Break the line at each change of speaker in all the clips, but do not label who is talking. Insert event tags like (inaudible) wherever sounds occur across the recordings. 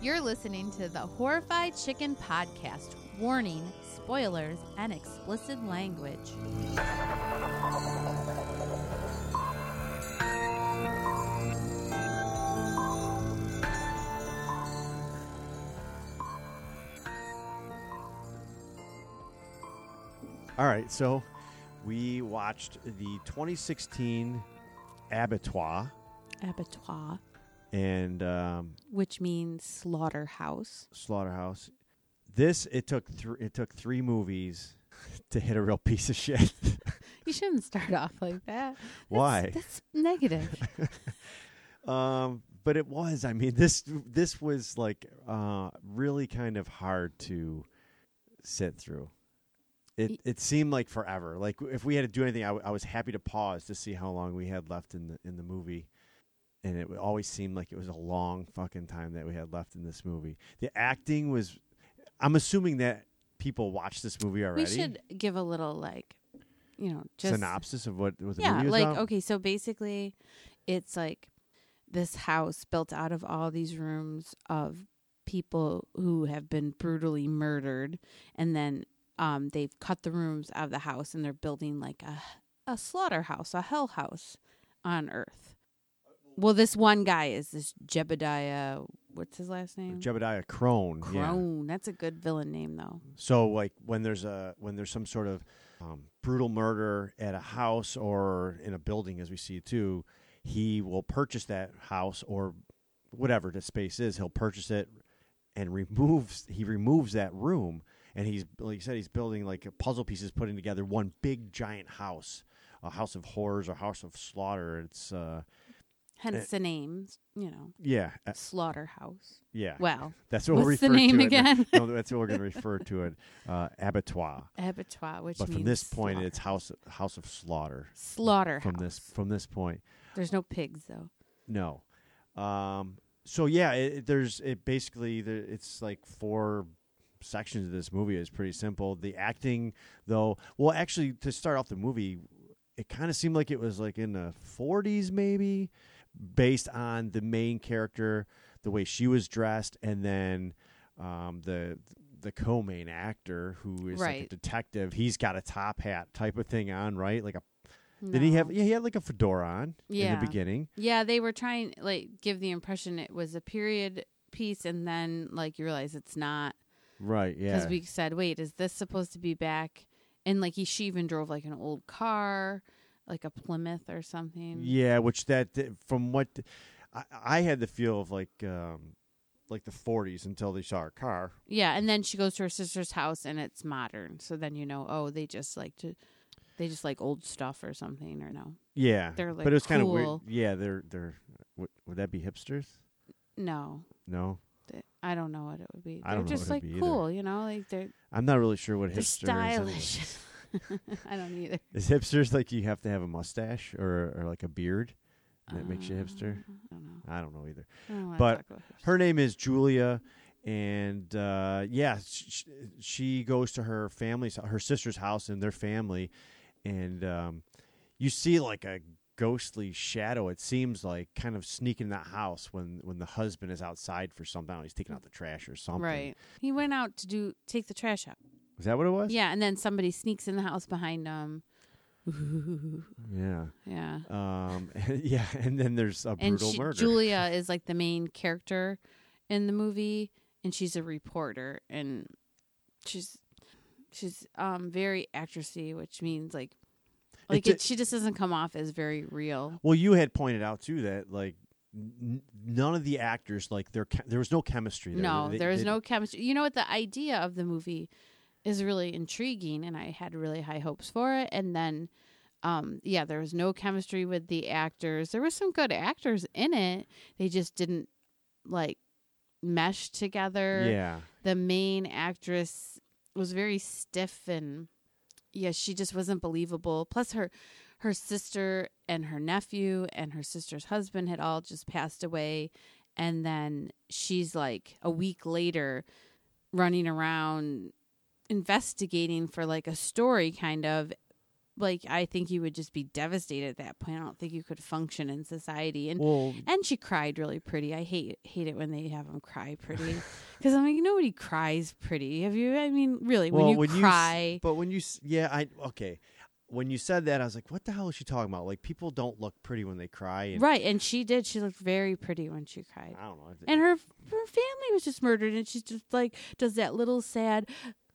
You're listening to the Horrified Chicken Podcast. Warning, spoilers, and explicit language.
All right, so we watched the 2016 Abattoir,
Abattoir,
and um,
which means slaughterhouse.
Slaughterhouse. This it took thr it took three movies (laughs) to hit a real piece of shit.
You shouldn't start off like that.
Why?
That's, that's
(laughs)
negative.
um, but it was. I mean (laughs) this this was like uh, really kind of hard to sit through.
Y-
It it seemed like forever. Like if we had to do anything, I, w- I was happy to pause to see how long we had left in the in the movie. And it would always seemed like it was a long fucking time that we had left in this movie. The acting was. I'm assuming that people watched this movie already.
we should give a little like, you know, just
synopsis of what, what the
yeah,
movie was
like
about.
okay, so basically, it's like this house built out of all these rooms of people who have been brutally murdered, and then um, they've cut the rooms out of the house, and they're building like a a slaughterhouse, a hell house on Earth. Well, this one guy is this Jebediah. What's his last name?
Jebediah Crone. Yeah.
Crone. That's a good villain name, though.
So like when there's a when there's some sort of um, brutal murder at a house or in a building, as we see too, he will purchase that house or whatever the space is. He'll purchase it and removes he removes that room, and he's like you said he's building like puzzle pieces, putting together one big giant house, a house of horrors or house of slaughter. It's uh Eh.
Hence the name, you know,
yeah uh,
slaughterhouse.
yeah.
Well,
that's what we're
what's the
referring
name
Eh. to it.
again?
no, that's what we're going to refer to it. Uh, abattoir.
abattoir, which
But
means
from this point,
slaughter.
it's house house of slaughter.
slaughterhouse.
From this from this point,
there's no pigs though.
no. Um, so yeah, it, it- there's it basically the, it's like four sections of this movie is pretty simple. The acting, though, well, actually, to start off the movie, it kind of seemed like it was like in the 40s, maybe, based on the main character, the way she was dressed, and then um, the the co-main actor who is like
Right.
a detective. He's got a top hat type of thing on, right? Like a did he have?
No.
Yeah, he had like a fedora on in
Yeah.
the beginning.
Yeah, they were trying like give the impression it was a period piece, and then like you realize it's not
Right.
because
Yeah.
we said, wait, is this supposed to be back? And like he, she even drove like an old car, like a Plymouth or something.
yeah, which that that- from what I, I had the feel of like um like the 40s until they saw her car.
Yeah, and then she goes to her sister's house, and it's modern. So then you know, oh, they just like to, they just like old stuff or something, or no,
Yeah.
They're, like,
but it was kind of
cool.
weird. Yeah, they're they're would, would that be hipsters?
no,
No,
Th- I don't know what it would be.
I
they're
don't know
just
what
like
it'd be either.
cool, you know, like they're
I'm not really sure what
They're
hipster is anyway.
stylish. (laughs) I don't either.
Is hipsters like you have to have a mustache or or like a beard and that makes you a hipster?
Uh, I don't know.
I don't know either.
I don't wanna
But
talk about hipsters.
her name is Julia, and uh, yeah, she, she goes to her family's, her sister's house, and their family, and um, you see like a ghostly shadow. It seems like kind of sneaking in that house when when the husband is outside for something. I don't know, He's taking out the trash or something.
right. He went out to do take the trash out.
Is that what it was?
Yeah, and then somebody sneaks in the house behind him.
Yeah.
(laughs) yeah.
Um, (laughs) yeah. And then there's a
And
brutal
she-
murder.
Julia is like the main character in the movie and she's a reporter and she's she's um very actressy, which means like like
It's a-
it, she just doesn't come off as very real.
Well, you had pointed out too that like n- none of the actors like their chem- there was no chemistry. There.
No,
They-
there is
they-
no chemistry. You know what? The idea of the movie is really intriguing, and I had really high hopes for it. And then, um, yeah, there was no chemistry with the actors. There were some good actors in it. They just didn't like mesh together.
Yeah.
The main actress was very stiff, and yeah, she just wasn't believable. Plus, her her sister and her nephew and her sister's husband had all just passed away and then she's like a week later running around investigating for like a story kind of like I think you would just be devastated at that point. I don't think you could function in society. And
Well,
and she cried really pretty. I hate hate it when they have them cry pretty because I'm like nobody cries pretty. Have you? I mean, really,
well,
when you
s-
cry,
but when you, s- yeah, I okay. When you said that, I was like, "What the hell is she talking about?" Like, people don't look pretty when they cry. And,
right? And she did. She looked very pretty when she cried.
I don't know. I-
And her her family was just murdered, and she's just like does that little sad,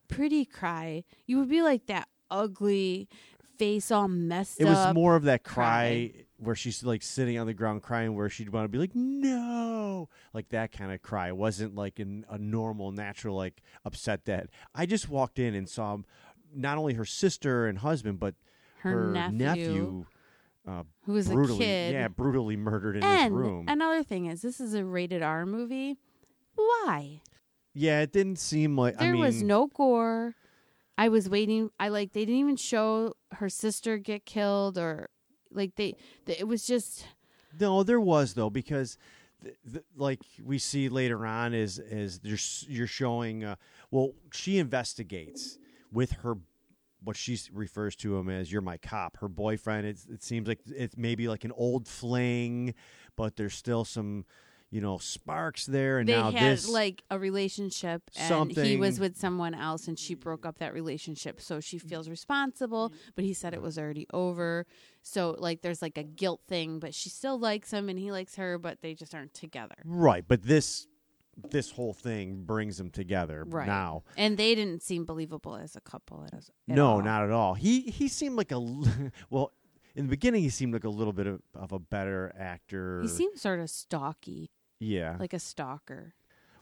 pretty cry. You would be like that ugly face all messed
it was
up.
more of that cry
cry.
where she's like sitting on the ground crying, where she'd want to be like, "No," like that kind of cry. It wasn't like an, a normal, natural, like upset that I just walked in and saw not only her sister and husband, but
her, nephew,
uh,
who was
brutally,
a kid,
yeah, brutally murdered in
and
his room.
another thing is this is a rated R movie. Why?
yeah, it didn't seem like
There
I mean,
was no gore. I was waiting. I like they didn't even show her sister get killed or like they. th it was just
No, there was though because, th- th- like we see later on, is is there's you're showing. Uh, well, she investigates with her, what she s- refers to him as "you're my cop." Her boyfriend. It's, it seems like it's maybe like an old fling, but there's still some, you know, sparks there. And
they
now
had
this,
like a relationship and he
Something- Mm.
was with someone else and she broke up that relationship so she feels responsible but he said it was already over so like there's like a guilt thing but she still likes him and he likes her but they just aren't together
right, but this this whole thing brings them together
Right.
now.
and they didn't seem believable as a couple at, us- at
no,
all.
not at all. He he seemed like a l- (laughs) well in the beginning. He seemed like a little bit of, of a better actor.
he seemed sort of stalky
yeah. Like,
like a stalker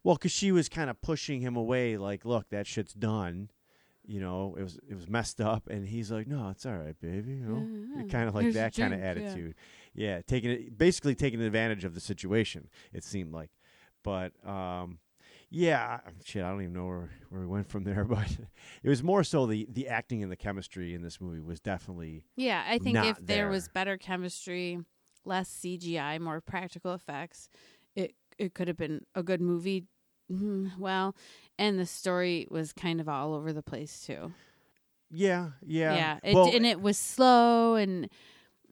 well, because she was kind of pushing him away. Like, look, that shit's done. You know, it was it was messed up, and he's like, no, it's all right, baby. You know,
Yeah, yeah.
kind of like
Here's
that
your
kind of
drink, yeah.
attitude. Yeah. taking it basically taking advantage of the situation. It seemed like, but um, yeah, I- shit, I don't even know where where we went from there, (laughs) but it was more so the the acting and the chemistry in this movie was definitely
Yeah, I think
not
if there,
there.
was better chemistry, less CGI, more practical effects, it it could have been a good movie. Mm, Well, and the story was kind of all over the place too.
Yeah, yeah,
it,
well,
and it was slow and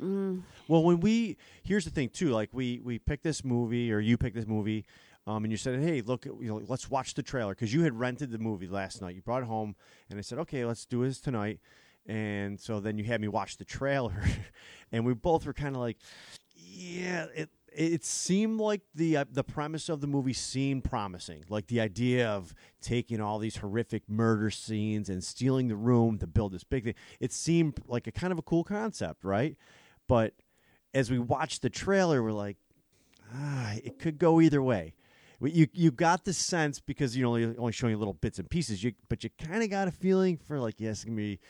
mm,
well, when we here's the thing too. Like we we picked this movie, or you picked this movie, um, and you said, "Hey, look, you know, let's watch the trailer," because you had rented the movie last night. You brought it home, and I said, "Okay, let's do this tonight." And so then you had me watch the trailer, (laughs) and we both were kind of like, "Yeah, it." It seemed like the uh, the premise of the movie seemed promising, like the idea of taking all these horrific murder scenes and stealing the room to build this big thing. It seemed like a kind of a cool concept, right? But as we watched the trailer, we're like, ah, it could go either way. We- You you got the sense because you know you're only showing you little bits and pieces, you but you kind of got a feeling for like yes, it's gonna be.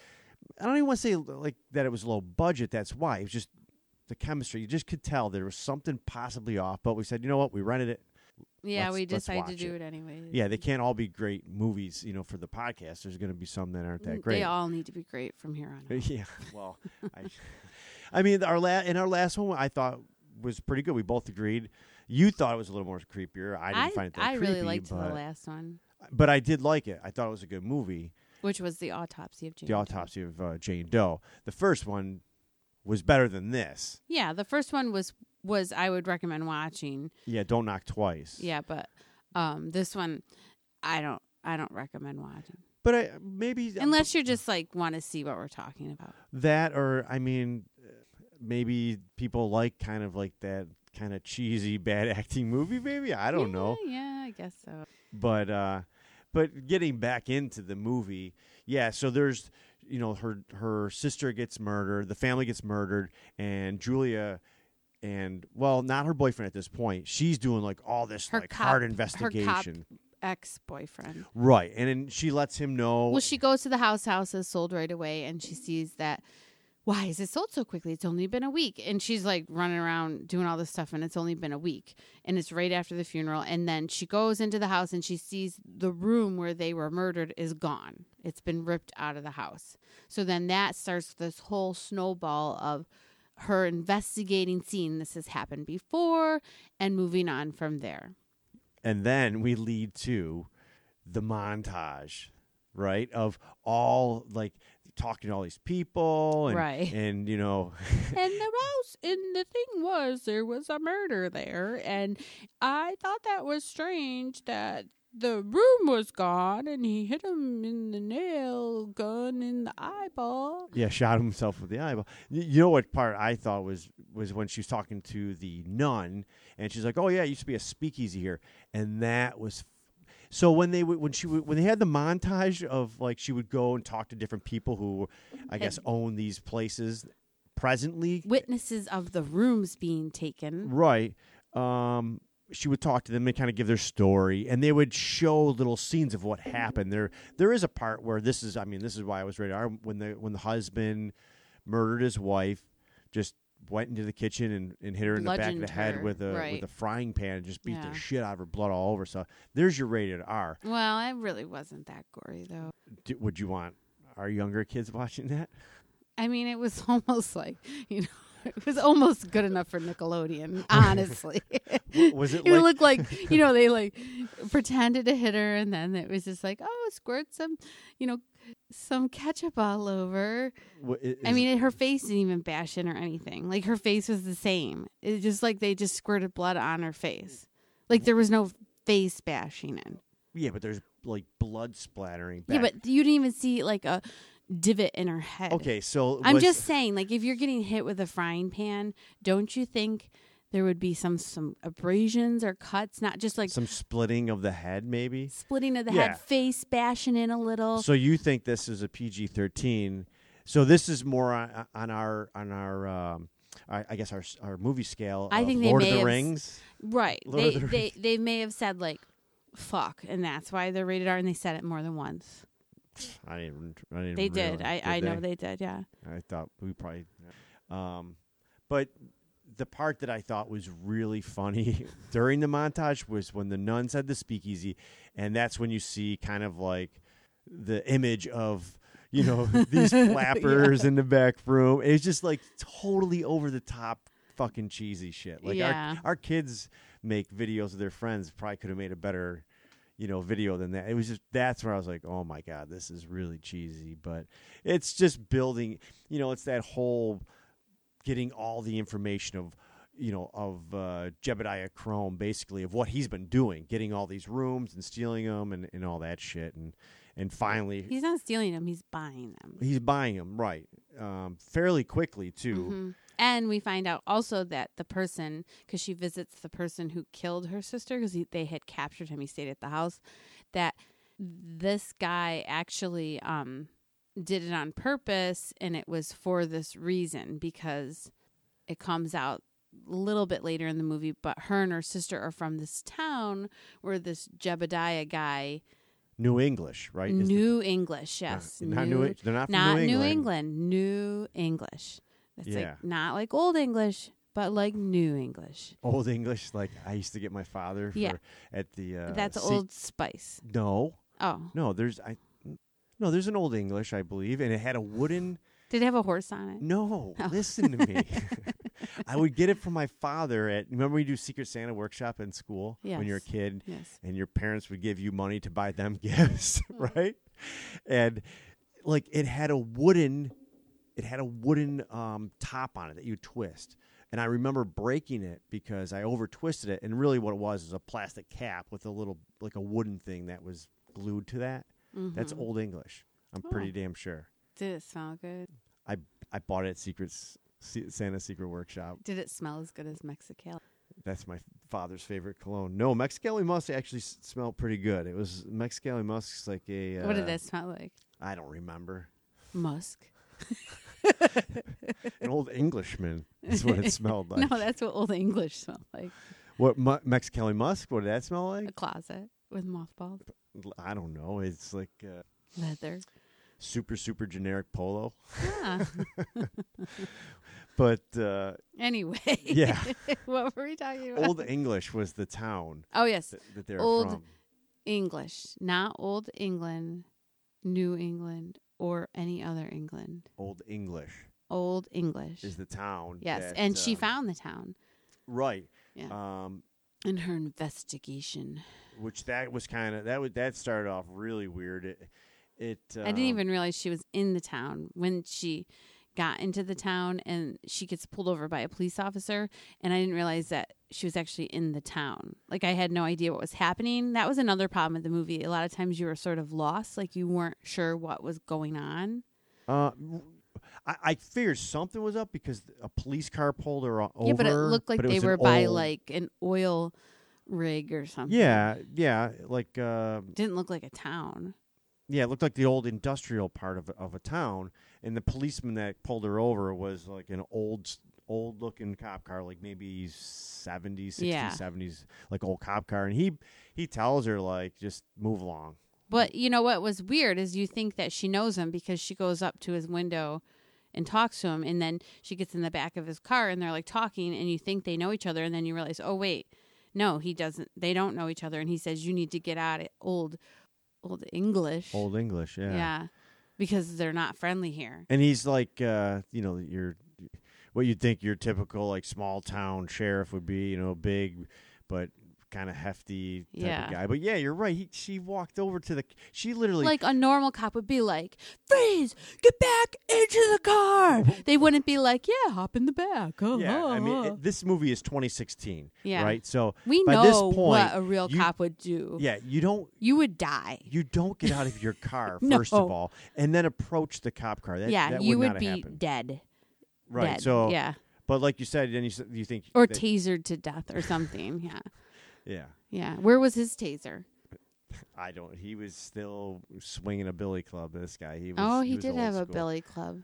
I don't even want to say like that it was low budget. That's why it was just the chemistry. You just could tell there was something possibly off. But we said, you know what, we rented it.
yeah,
Let's-
we
let's
decided to
watch
do it,
it.
anyway.
Yeah, they can't all be great movies, you know, for the podcast. There's gonna be some that aren't that great.
Mm, They all need to be great from here on. out.
(laughs) Yeah. Well, I, (laughs) I mean, our la- in our last one, I thought was pretty good. We both agreed. You thought it was a little more creepier. I didn't find it that
I
creepy,
really liked
but,
the last one,
but I did like it. I thought it was a good movie.
which was the autopsy of Jane.
The
Doe.
autopsy of uh, Jane Doe. The first one was better than this.
Yeah, the first one was was I would recommend watching.
Yeah, don't knock twice.
Yeah, but um this one I don't I don't recommend watching.
but I, maybe
Unless you're just like want to see what we're talking about.
that, or I mean, maybe people like kind of like that kind of cheesy bad (laughs) acting movie. Maybe I don't
Yeah,
know.
Yeah, I guess so.
but uh but getting back into the movie yeah so there's you know her her sister gets murdered the family gets murdered and julia and well not her boyfriend at this point she's doing like all this
Her
like
cop-
hard
her cop-
investigation
Ex-boyfriend.
right and then she lets him know
Well, she goes to the house. House is sold right away, and she sees that. Why is it sold so quickly? It's only been a week, and she's like running around doing all this stuff, and it's only been a week, and it's right after the funeral. And then she goes into the house, and she sees the room where they were murdered is gone. It's been ripped out of the house. So then that starts this whole snowball of her investigating, seeing this has happened before, and moving on from there.
and then we lead to the montage right of all like talking to all these people and
Right.
and you know
and the house and the thing was there was a murder there and i thought that was strange that the room was gone and he hit him in the nail gun in the eyeball
yeah shot himself with the eyeball Y- you know what part i thought was was when she was talking to the nun and she's like oh yeah it used to be a speakeasy here and that was f- so when they would when she would when they had the montage of like she would go and talk to different people who i guess own these places presently
witnesses of the rooms being taken
Right. Um, she would talk to them and kind of give their story, and they would show little scenes of what happened. There, there is a part where this is. I mean, this is why I was rated R. When the when the husband murdered his wife, just went into the kitchen and, and hit her in the back of the
Bludgeoned
head
her,
with a
right.
with a frying pan and just beat
Yeah.
the shit out of her, blood all over. So there's your rated R.
well it really wasn't that gory though
Do, would you want our younger kids watching
(laughs)
that?
i mean it was (laughs) almost like you know it was almost good enough for (laughs) nickelodeon honestly
Was it (laughs)
It
like
looked like you know they like pretended to hit her, and then it was just like, oh, squirt some, you know, some ketchup all over.
wa- i-
I
is-
mean, her face didn't even bash in or anything. Like her face was the same. It's just like they just squirted blood on her face. Like there was no face bashing in.
yeah, but there's like blood splattering.
Yeah,
back.
but you didn't even see like a divot in her head.
okay, so
I'm
was-
just saying, like if you're getting hit with a frying pan, don't you think? There would be some some abrasions or cuts, not just like
some splitting of the head, maybe.
splitting of the
Yeah.
head, face bashing in a little.
So you think this is a PG thirteen? So this is more on, on our on our um, I, I guess our s- our movie scale.
I
of
think they
Lord
may
of the
have s-
Rings.
right.
Lord
they
of the
they they may have said like fuck and that's why they're rated R and they said it more than once.
I didn't. I didn't
They did.
realize.
I, I know
they?
they did, yeah.
I thought we probably. Um, but the part that I thought was really funny (laughs) during the montage was when the nuns had the speakeasy, and that's when you see kind of like the image of you know these flappers in the back room. It's just like totally over the top, fucking cheesy shit. Like
Yeah.
our our kids make videos of their friends. Probably could have made a better. You know, video than that. It was just that's where I was like, oh my god, this is really cheesy, but it's just building. You know, it's that whole getting all the information of you know of uh, Jebediah Chrome, basically of what he's been doing, getting all these rooms and stealing them and, and all that shit, and and finally
He's not stealing them, he's buying them.
he's buying them right um, fairly quickly too.
Mhm. And we find out also that the person, because she visits the person who killed her sister, because they had captured him, he stayed at the house, that this guy actually um, did it on purpose and it was for this reason because it comes out a little bit later in the movie, but her and her sister are from this town where this Jebediah guy
New English, right? Is the-
knew English.
not-
Yes.
not
knew-
New. Eng- They're not from
not
New
New
England.
England, New English. That's
Yeah.
like not like old English, but like New English.
Old English, like I used to get my father for
Yeah.
at the. Uh,
That's
se-
Old Spice.
No,
Oh,
no. There's I. No, there's an old English, I believe, and it had a wooden
did it have a horse on it?
No, listen to me. (laughs) I would get it from my father at remember we do Secret Santa workshop in school when you're a
Yes.
kid
Yes.
and your parents would give you money to buy them (laughs) gifts, right? And like it had a wooden it had a wooden um, top on it that you twist. And I remember breaking it because I over twisted it and really what it was is a plastic cap with a little like a wooden thing that was glued to that. That's old English. I'm pretty damn sure.
Mm-hmm. Did it smell good?
I I bought it at Secret S- Se- Santa Secret Workshop.
Did it smell as good as Mexicali?
That's my father's favorite cologne. No, Mexicali Musk actually s- smelled pretty good. It was Mexicali Musk's like a. Uh,
What did that smell like?
I don't remember.
Musk.
An old
(laughs)
Englishman is what it smelled like.
no, that's what old English smelled like.
what Mu- Mexicali Musk? What did that smell like?
A closet with mothballs,
L- I don't know. It's like uh,
leather.
super super generic polo,
Ah.
but uh,
anyway.
yeah,
(laughs) what were we talking about? (laughs)
old English was the town
oh yes,
that, that they're
Old-
from.
English, not old England, New England, or any other England.
Old English
Old English.
is the town.
yes,
that,
and she
uh,
found the town
right.
Yeah.
Um,
in her investigation.
which that was kind of that would that started off really weird. It, It. Um,
I didn't even realize she was in the town when she got into the town and she gets pulled over by a police officer and I didn't realize that she was actually in the town. Like I had no idea what was happening. That was another problem with the movie. A lot of times you were sort of lost, like you weren't sure what was going on.
Uh, I, I figured something was up because a police car pulled her o- over.
yeah, but it looked like
but it
they
was an
were by
old-
like an oil rig or something.
Yeah, yeah, like uh,
Didn't look like a town.
yeah, it looked like the old industrial part of of a town, and the policeman that pulled her over was like an old old looking cop car, like maybe 70s, 60s,
Yeah.
70s, like old cop car, and he he tells her like just move along.
But you know what was weird is you think that she knows him because she goes up to his window and talks to him and then she gets in the back of his car and they're like talking and you think they know each other and then you realize, "Oh wait, no, he doesn't. They don't know each other." And he says, "You need to get out of old old English."
Old English,
yeah. Because they're not friendly here.
And he's like, uh, you know, your what you'd think your typical like small town sheriff would be, you know, big but kind of hefty type
Yeah.
of guy. But yeah, you're right. He, she walked over to the. She literally.
Like a normal cop would be like, "Freeze! Get back into the car." They wouldn't be like, "Yeah, hop in the back." Oh,
yeah, I mean,
oh, oh."
it- this movie is 2016,
Yeah.
right? So
we
by
know
this point,
what a real
you-
cop would do.
yeah, you don't
You would die.
you don't get out of your car
(laughs) No.
first of all, and then approach the cop car. That,
yeah,
that
you
would,
would,
not
be
have happened.
dead.
right.
Dead.
So,
yeah,
but like you said, then you s- you think
or
that-
tasered to death or something. (laughs) yeah,
yeah.
yeah. Where was his taser?
I don't. He was still swinging a billy club. This guy. He was,
oh, he,
was
did
old
have a
school.
billy club.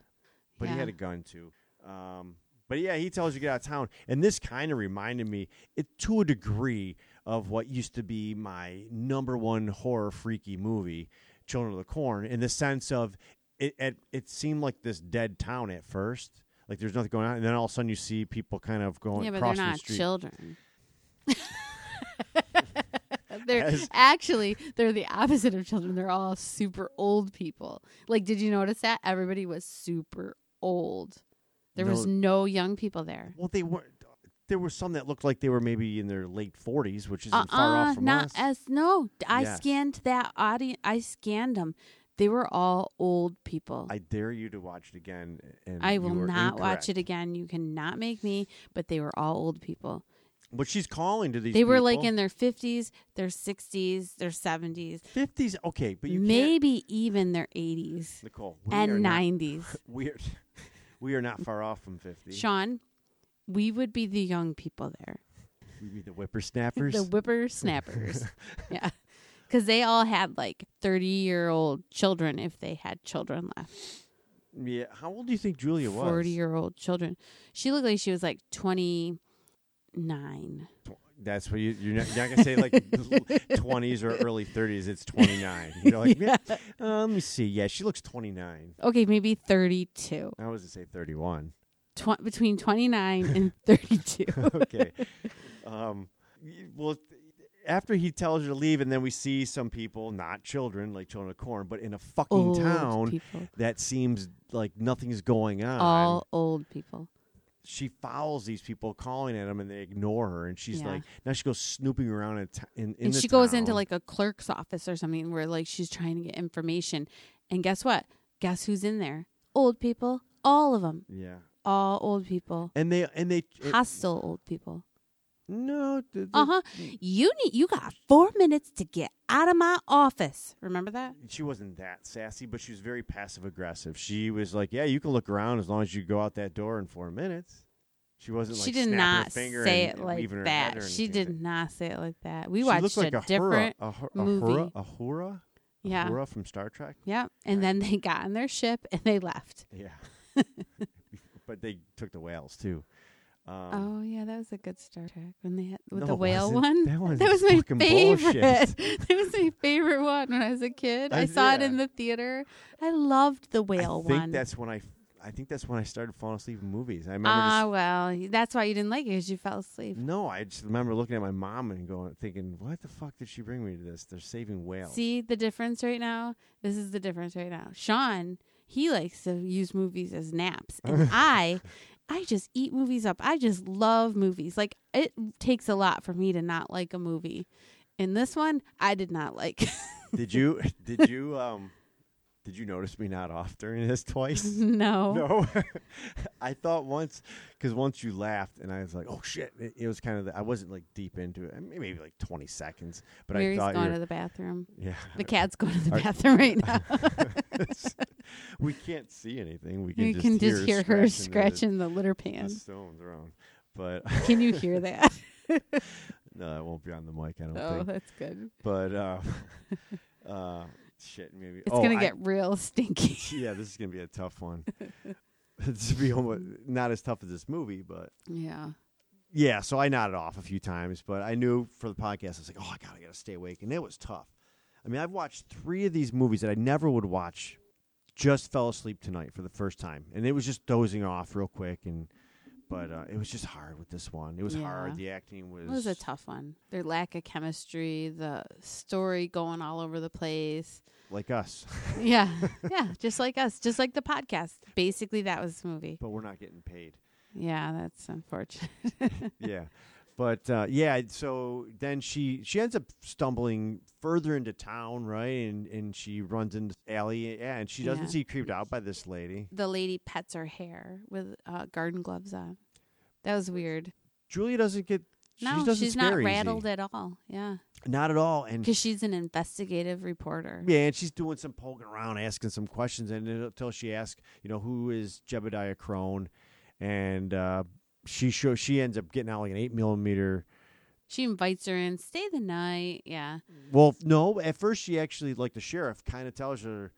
but
yeah.
he had a gun too. Um, but yeah, he tells you get out of town, and this kind of reminded me, it to a degree, of what used to be my number one horror freaky movie, Children of the Corn, in the sense of it. It, it seemed like this dead town at first. Like there's nothing going on, and then all of a sudden you see people kind of going
yeah, but they're
crossing
not
the street. (laughs)
children. they're
As-
actually they're the opposite of children. They're all super old people. Like, did you notice that everybody was super old? There was no young people there.
Well, they weren't. There were some that looked like they were maybe in their late 40s, which isn't
uh-uh,
far off from
not
us.
as no. I
Yes.
scanned that audience. I scanned them. They were all old people.
I dare you to watch it again. And
I
you
will
were
not watch
incorrect.
it again. You cannot make me. But they were all old people.
But she's calling to these.
they were like
people.
in their fifties, their sixties, their seventies,
fifties. Okay, but you can't,
maybe even their eighties
Nicole we are
and
not-
nineties.
(laughs) We are, we are not far off from fifty.
Sean, we would be the young people there,
We'd be the whippersnappers.
the whipper
(laughs)
snappers. yeah, because they all had like thirty-year-old children if they had children left.
yeah. How old do you think Julia was?
Forty-year-old children. She looked like she was like twenty-nine.
That's what you, you're not, you're not gonna say like (laughs) twenties or early thirties. It's twenty nine.
(laughs)
You're like, yeah. uh, let me see. Yeah, she looks twenty nine.
Okay, maybe thirty-two.
I was gonna say thirty one.
Tw- between twenty-nine and thirty-two.
(laughs) okay. Um, y- well, after he tells her to leave, and then we see some people, not children, like children of corn, but in a fucking
old
town um,
people.
that seems like nothing's going on.
All old people.
she follows these people calling at them, and they ignore her. And she's
Yeah.
like, now she goes snooping around in, t- in, in
and
the
she goes into
town.
like a clerk's office or something where like she's trying to get information. And guess what? Guess who's in there? Old people. All of them.
yeah,
All old people.
and they and they it-
Hostile old people.
no, th- th-
Uh huh.
Mm.
You need. You got four minutes to get out of my office. Remember that?
she wasn't that sassy, but she was very passive aggressive. She was like, yeah, you can look around as long as you go out that door in four minutes. She wasn't.
she
like
did
snapping
not
her finger
say
and
it like
waving her head
that.
or
She
anything like that.
did not say it like that. We
She
watched
looked like
a,
a
different.
Hura, a, Hur-
movie.
A Hura, a Hura,
yeah.
Hura from Star Trek.
Yep. And then they got on their ship and they left.
Yeah, (laughs) but they took the whales too. Um,
Oh yeah, that was a good Star Trek when they had with
No,
the
it
whale
wasn't.
one.
That one's
was my
fucking
favorite.
bullshit.
that was my favorite one when I was a kid. I,
I-
saw it
yeah.
in the theater. I loved the (laughs) whale
I think
one.
that's when I. I think that's when I started falling asleep in movies. I remember.
ah
just,
well, that's why you didn't like it because you fell asleep.
no, I just remember looking at my mom and going, thinking, "What the fuck did she bring me to this? They're saving whales."
See the difference right now. This is the difference right now. Sean, he likes to use movies as naps,
(laughs)
and I. I just eat movies up. I just love movies. Like it takes a lot for me to not like a movie. And this one I did not like. (laughs)
(laughs) did you? Did you? Um, Did you notice me not off during this
(laughs)
twice?
no.
No,
(laughs)
I thought once because once you laughed and I was like, "Oh shit!" It, it was kind of the, I wasn't like deep into it, I mean, maybe like twenty seconds, but
Mary's
I thought
going
you
to
were-
the
(laughs)
bathroom.
yeah.
The cat's going to the
Are-
bathroom
(laughs)
right now.
we can't see anything. We can
you
just
can
hear,
just hear her
scratching,
scratching the litter
the, the (laughs)
pan.
stones around. But (laughs)
Can you hear that?
no, it won't be on the mic. I don't
oh,
think.
that's good. (laughs)
But uh, uh, shit, maybe
It's
oh,
gonna
I-
get real stinky.
yeah, this is gonna be a
(laughs)
tough one. (laughs) this will be almost, not as tough as this movie, but
yeah.
yeah. So I nodded off a few times, but I knew for the podcast, I was like, oh, I gotta, gotta stay awake, and it was tough. I mean, I've watched three of these movies that I never would watch. Just fell asleep tonight for the first time, and it was just dozing off real quick. And but uh, it was just hard with this one. It was
Yeah.
hard. The acting was,
It was a tough one. Their lack of chemistry, the story going all over the place. (laughs)
like us, (laughs)
Yeah. yeah. Just like us. Just like the podcast. Basically that was the movie.
but we're not getting
(laughs)
paid.
Yeah, that's unfortunate.
yeah but uh, yeah so then she she ends up stumbling further into town right and and she runs into alley yeah and she doesn't
Yeah.
see creeped out by this lady
(laughs) The lady pets her hair with uh, garden gloves on. That was weird.
julia doesn't get she
No,
doesn't
she's not
scare
rattled
easy.
at all. Yeah.
not at all and
Because she's an investigative reporter.
yeah and she's doing some poking around asking some questions and until she asks you know who is jebediah crone and uh she show she ends up getting out like an eight millimeter
She invites her in, stay the night. Yeah.
Well, no. At first, she actually like the sheriff kind of tells her,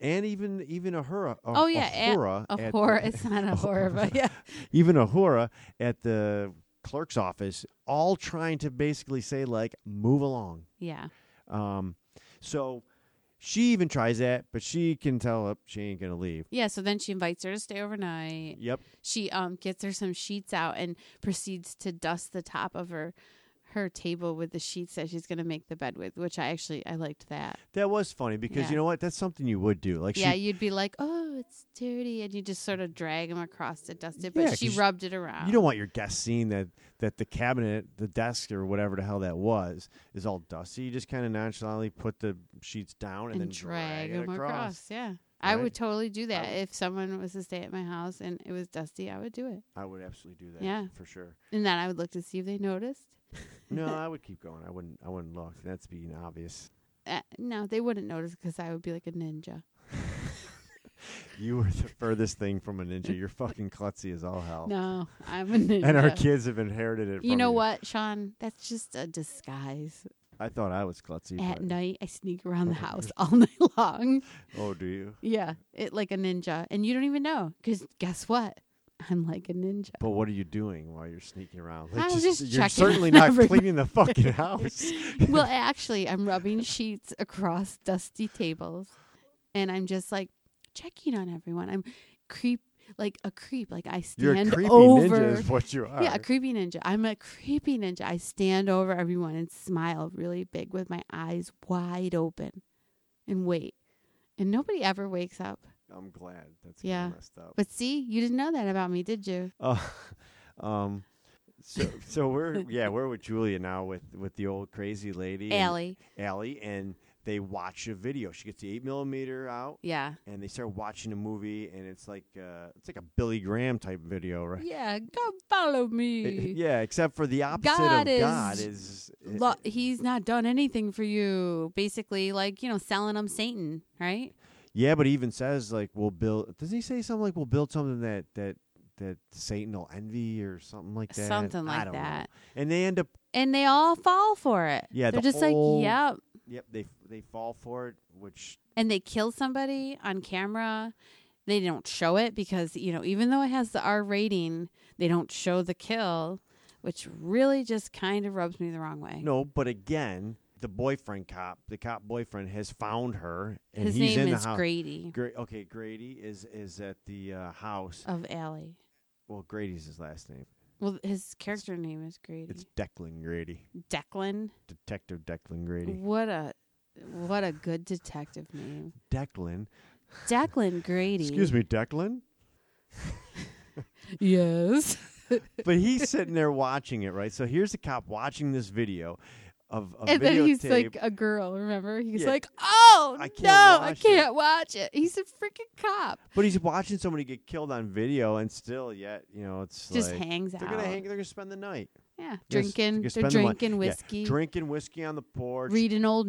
and even even Ahura.
Oh, yeah, a-
Ahura.
A
at-
horror. It's not (laughs) a
(laughs)
horror, but yeah.
even Ahura at the clerk's office, all trying to basically say like, move along.
Yeah.
Um, so she even tries that, but she can tell up she ain't gonna leave.
Yeah. So then she invites her to stay overnight.
Yep.
she um gets her some sheets out and proceeds to dust the top of her her table with the sheets that she's going to make the bed with which i actually i liked that
That was funny because
Yeah.
you know what? That's something you would do. Like
yeah
she.
you'd be like oh it's dirty and you just sort of drag them across to dust it but
Yeah,
she
'cause
rubbed it around
You don't want your guests seeing that that the cabinet, the desk, or whatever the hell that was, is all dusty. You just kind of nonchalantly put the sheets down
and
and, then
drag
it
'em across,
across.
yeah i
Right?
would totally do that
would-
if someone was to stay at my house and it was dusty i would do it
I would absolutely do that.
Yeah.
for sure.
and then i would look to see if they noticed (laughs)
No, I would keep going. I wouldn't. I wouldn't look. That's being obvious.
uh, no they wouldn't notice because i would be like a ninja
You were the furthest thing from a ninja. You're fucking klutzy as all hell.
no i'm a ninja
Oh. (laughs) And our kids have inherited it.
You
from
know what, Sean? That's just a disguise.
I thought I was klutzy.
At
but-
night, I sneak around the house (laughs) all night long.
oh, do you?
Yeah, it like a ninja, and you don't even know because guess what? I'm like a ninja. (laughs)
But what are you doing while you're sneaking around?
I was just
you're
checking (laughs)
certainly
on
not
everybody.
cleaning the fucking house.
Oh, (laughs) well, actually, I'm rubbing sheets across dusty tables, and I'm just like checking on everyone. I'm creep like a creep. Like I
(laughs) You're a
stand
creepy
over.
ninja is what you are.
Yeah, a creepy ninja. I'm a creepy ninja. I stand over everyone and smile really big with my eyes wide open and wait. And nobody ever wakes up.
I'm glad that's
Yeah.
yeah. messed up.
But see, you didn't know that about me, did you?
Uh, (laughs) um, so
(laughs)
so we're yeah we're with Julia now with with the old crazy lady and-
Allie.
Allie, and they watch a video. She gets the eight millimeter out,
Yeah.
and they start watching a movie, and it's like uh, it's like a Billy Graham type video, right?
Yeah, come follow
(laughs)
me.
yeah, except for the opposite
God
of
is
God is uh,
Lo- he's not done anything for you. Basically, like, you know, selling him Satan, right?
yeah, but he even says like we'll build. Does he say something like we'll build something that that that Satan will envy or something like that?
Something
I
like
don't know.
that.
And they end up
And they all fall for it.
Yeah,
They're
the
just
whole-
like, yep.
Yep, they they fall for it, which
and they kill somebody on camera they don't show it because you know even though it has the r rating they don't show the kill which really just kind of rubs me the wrong way
no, but again, the boyfriend cop, the cop boyfriend has found her, and
his
he's
name
in
is
the house.
grady
Gra- okay, Grady is is at the uh, house.
of Allie.
Well, Grady's his last name.
well his character name is grady
It's Declan Grady,
declan
Detective Declan Grady.
what a what a good detective name
Declan,
declan grady
excuse me, Declan.
yes (laughs)
But he's sitting there watching it, right? So here's the cop watching this video of a
(laughs) and then he's
videotape.
like a girl, remember? He's
Yeah.
like, oh,
I can't
no, I
watch it."
can't watch it. He's a freaking cop.
but he's watching somebody get killed on video, and still, yet you know, it's
Just
like,
hangs
They're
out.
gonna hang. They're gonna spend the night
yeah,
They're gonna s-
drinking.
gonna
They're
spend the night-
drinking
yeah,
whiskey,
drinking whiskey on the porch.
reading old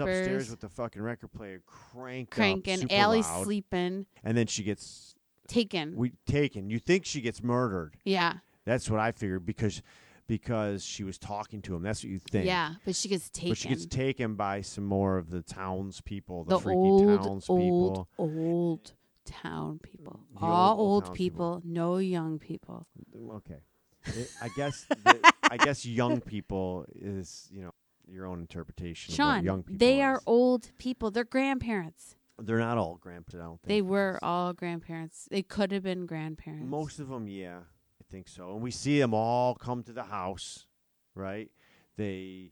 newspapers,
upstairs with the fucking record player cranked up,
cranking.
super
Allie's
loud,
sleeping,
and then she gets
taken.
we taken. You think she gets murdered?
yeah,
That's what I figured because because she was talking to him. That's what you think.
yeah, but she gets taken.
But she gets taken by some more of the townspeople, the,
the
freaky
old,
townspeold.
old, old town people.
The
All
old- old
old,
town people.
people, no young people.
Okay, It- I guess the, I guess young people is you know your own interpretation. of what
Sean,
young people
they are
is.
old people. They're grandparents.
They're not all grandparents. I don't think
They were
It's-
all grandparents. They could have been grandparents.
Most of them, yeah, I think so. And we see them all come to the house, right? They,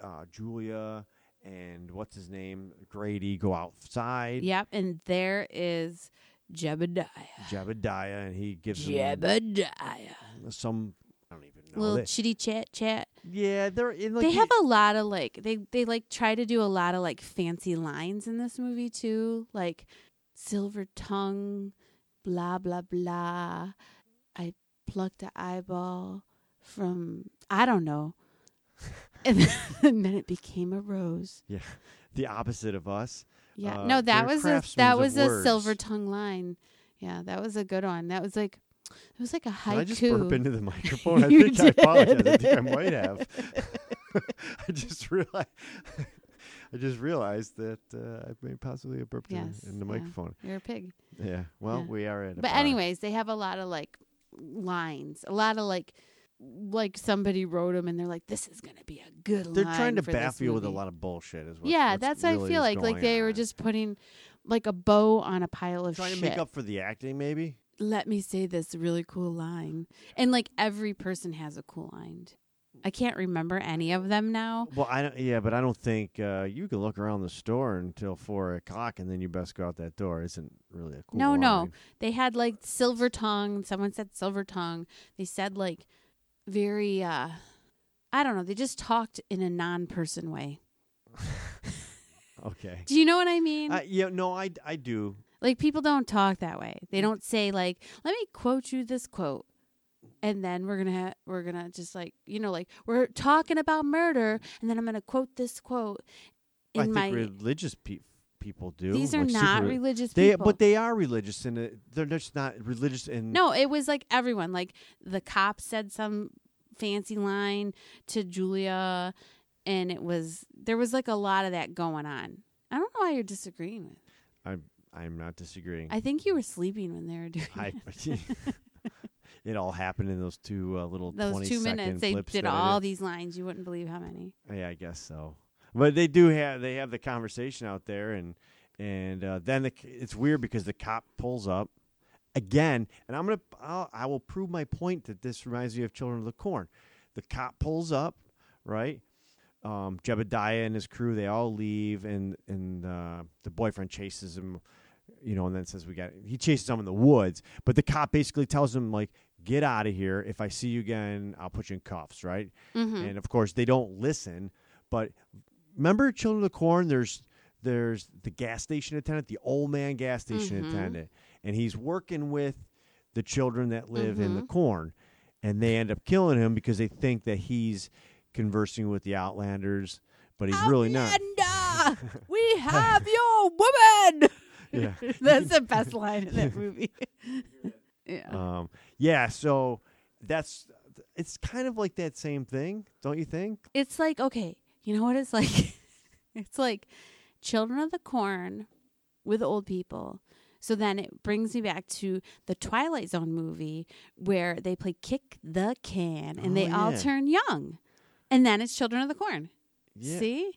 uh, Julia and what's his name, Grady, go outside.
Yep, and there is Jebediah.
Jebediah, and he gives them
Jebediah.
some. I don't even know.
Little
They-
chitty chat chat.
yeah, they're in like
they
the-
have a lot of like they they like try to do a lot of like fancy lines in this movie too, like silver tongue, blah blah blah. I plucked an eyeball from I don't
(laughs)
know, and (laughs) then, it became a rose.
the opposite of us.
Yeah,
Uh,
no, that
they're
was a,
craftsmen
that
of
was a
words.
silver tongue line. Yeah, that was a good one. That was like it was like a haiku.
Did I just
(laughs)
burp into the microphone? I
You
think I apologize. I
(laughs)
think I
did.
might have. (laughs) I just realized. (laughs) I just realized that uh, I may possibly have burped in-
Yes,
in the
yeah.
microphone.
You're a pig.
Yeah. Well,
Yeah.
we are at. a
But
bar.
anyways, they have a lot of like lines, a lot of like like somebody wrote them, and they're like, "This is gonna be a good."
they're
line
trying to
for this
baffle you with a
movie."
lot of bullshit. Is what,
yeah,
what's
that's what I
really
feel
is
like. Like
going
they were
on.
just putting like a bow on a pile of
trying
shit.
to make up for the acting, maybe.
Let me say this really cool line, and like every person has a cool line. I can't remember any of them now.
Well, I don't. Yeah, but I don't think uh, you can look around the store until four o'clock, and then you best go out that door. Isn't really a cool.
No, no.
line.
They had like silver tongue. Someone said silver tongue. They said like very uh I don't know, they just talked in a non person way.
Okay.
Do you know what I mean?
Uh, yeah, no, I, I do.
like people don't talk that way. They
Mm.
don't say like, "Let me quote you this quote." And then we're going to ha- we're going to just like, you know, like we're talking about murder and then I'm going to quote this quote in
I think
my
religious pe- people do.
These are
like
not
super-
religious
They,
people.
but they are religious, and uh, they're just not religious in
No, it was like everyone. Like the cop said some fancy line to Julia, and it was there was like a lot of that going on. I don't know why you're disagreeing with.
I'm not disagreeing.
I think you were sleeping when they were doing
(laughs) I,
(laughs)
(laughs)
it.
it all happened in those two uh, little
those
20
two
second
minutes. They
blips
did
that I
all these lines. You wouldn't believe how many.
Yeah, I guess so. But they do have they have the conversation out there, and and uh, then the, c- it's weird because the cop pulls up again, and I'm gonna I'll, I will prove my point that this reminds me of Children of the Corn. The cop pulls up, right? Um, Jebediah and his crew they all leave, and and uh, the boyfriend chases him, you know, and then says we got he chases him in the woods, but the cop basically tells him like get out of here. If I see you again, I'll put you in cuffs, right?
Mm-hmm.
and of course they don't listen but remember children of the corn there's there's the gas station attendant the old man gas station
Mhm.
attendant and he's working with the children that live in the
Mhm.
corn and they end up killing him because they think that he's conversing with the outlanders but he's really not (laughs)
we have your woman.
yeah
(laughs) That's the best line in that
(laughs)
movie. yeah.
um yeah so that's it's kind of like that same thing don't you think
it's like okay, you know what it's like? (laughs) it's like Children of the Corn with old people. So then it brings me back to the Twilight Zone movie where they play kick the can and they
Oh,
all
yeah.
turn young. And then it's Children of the Corn.
yeah
See?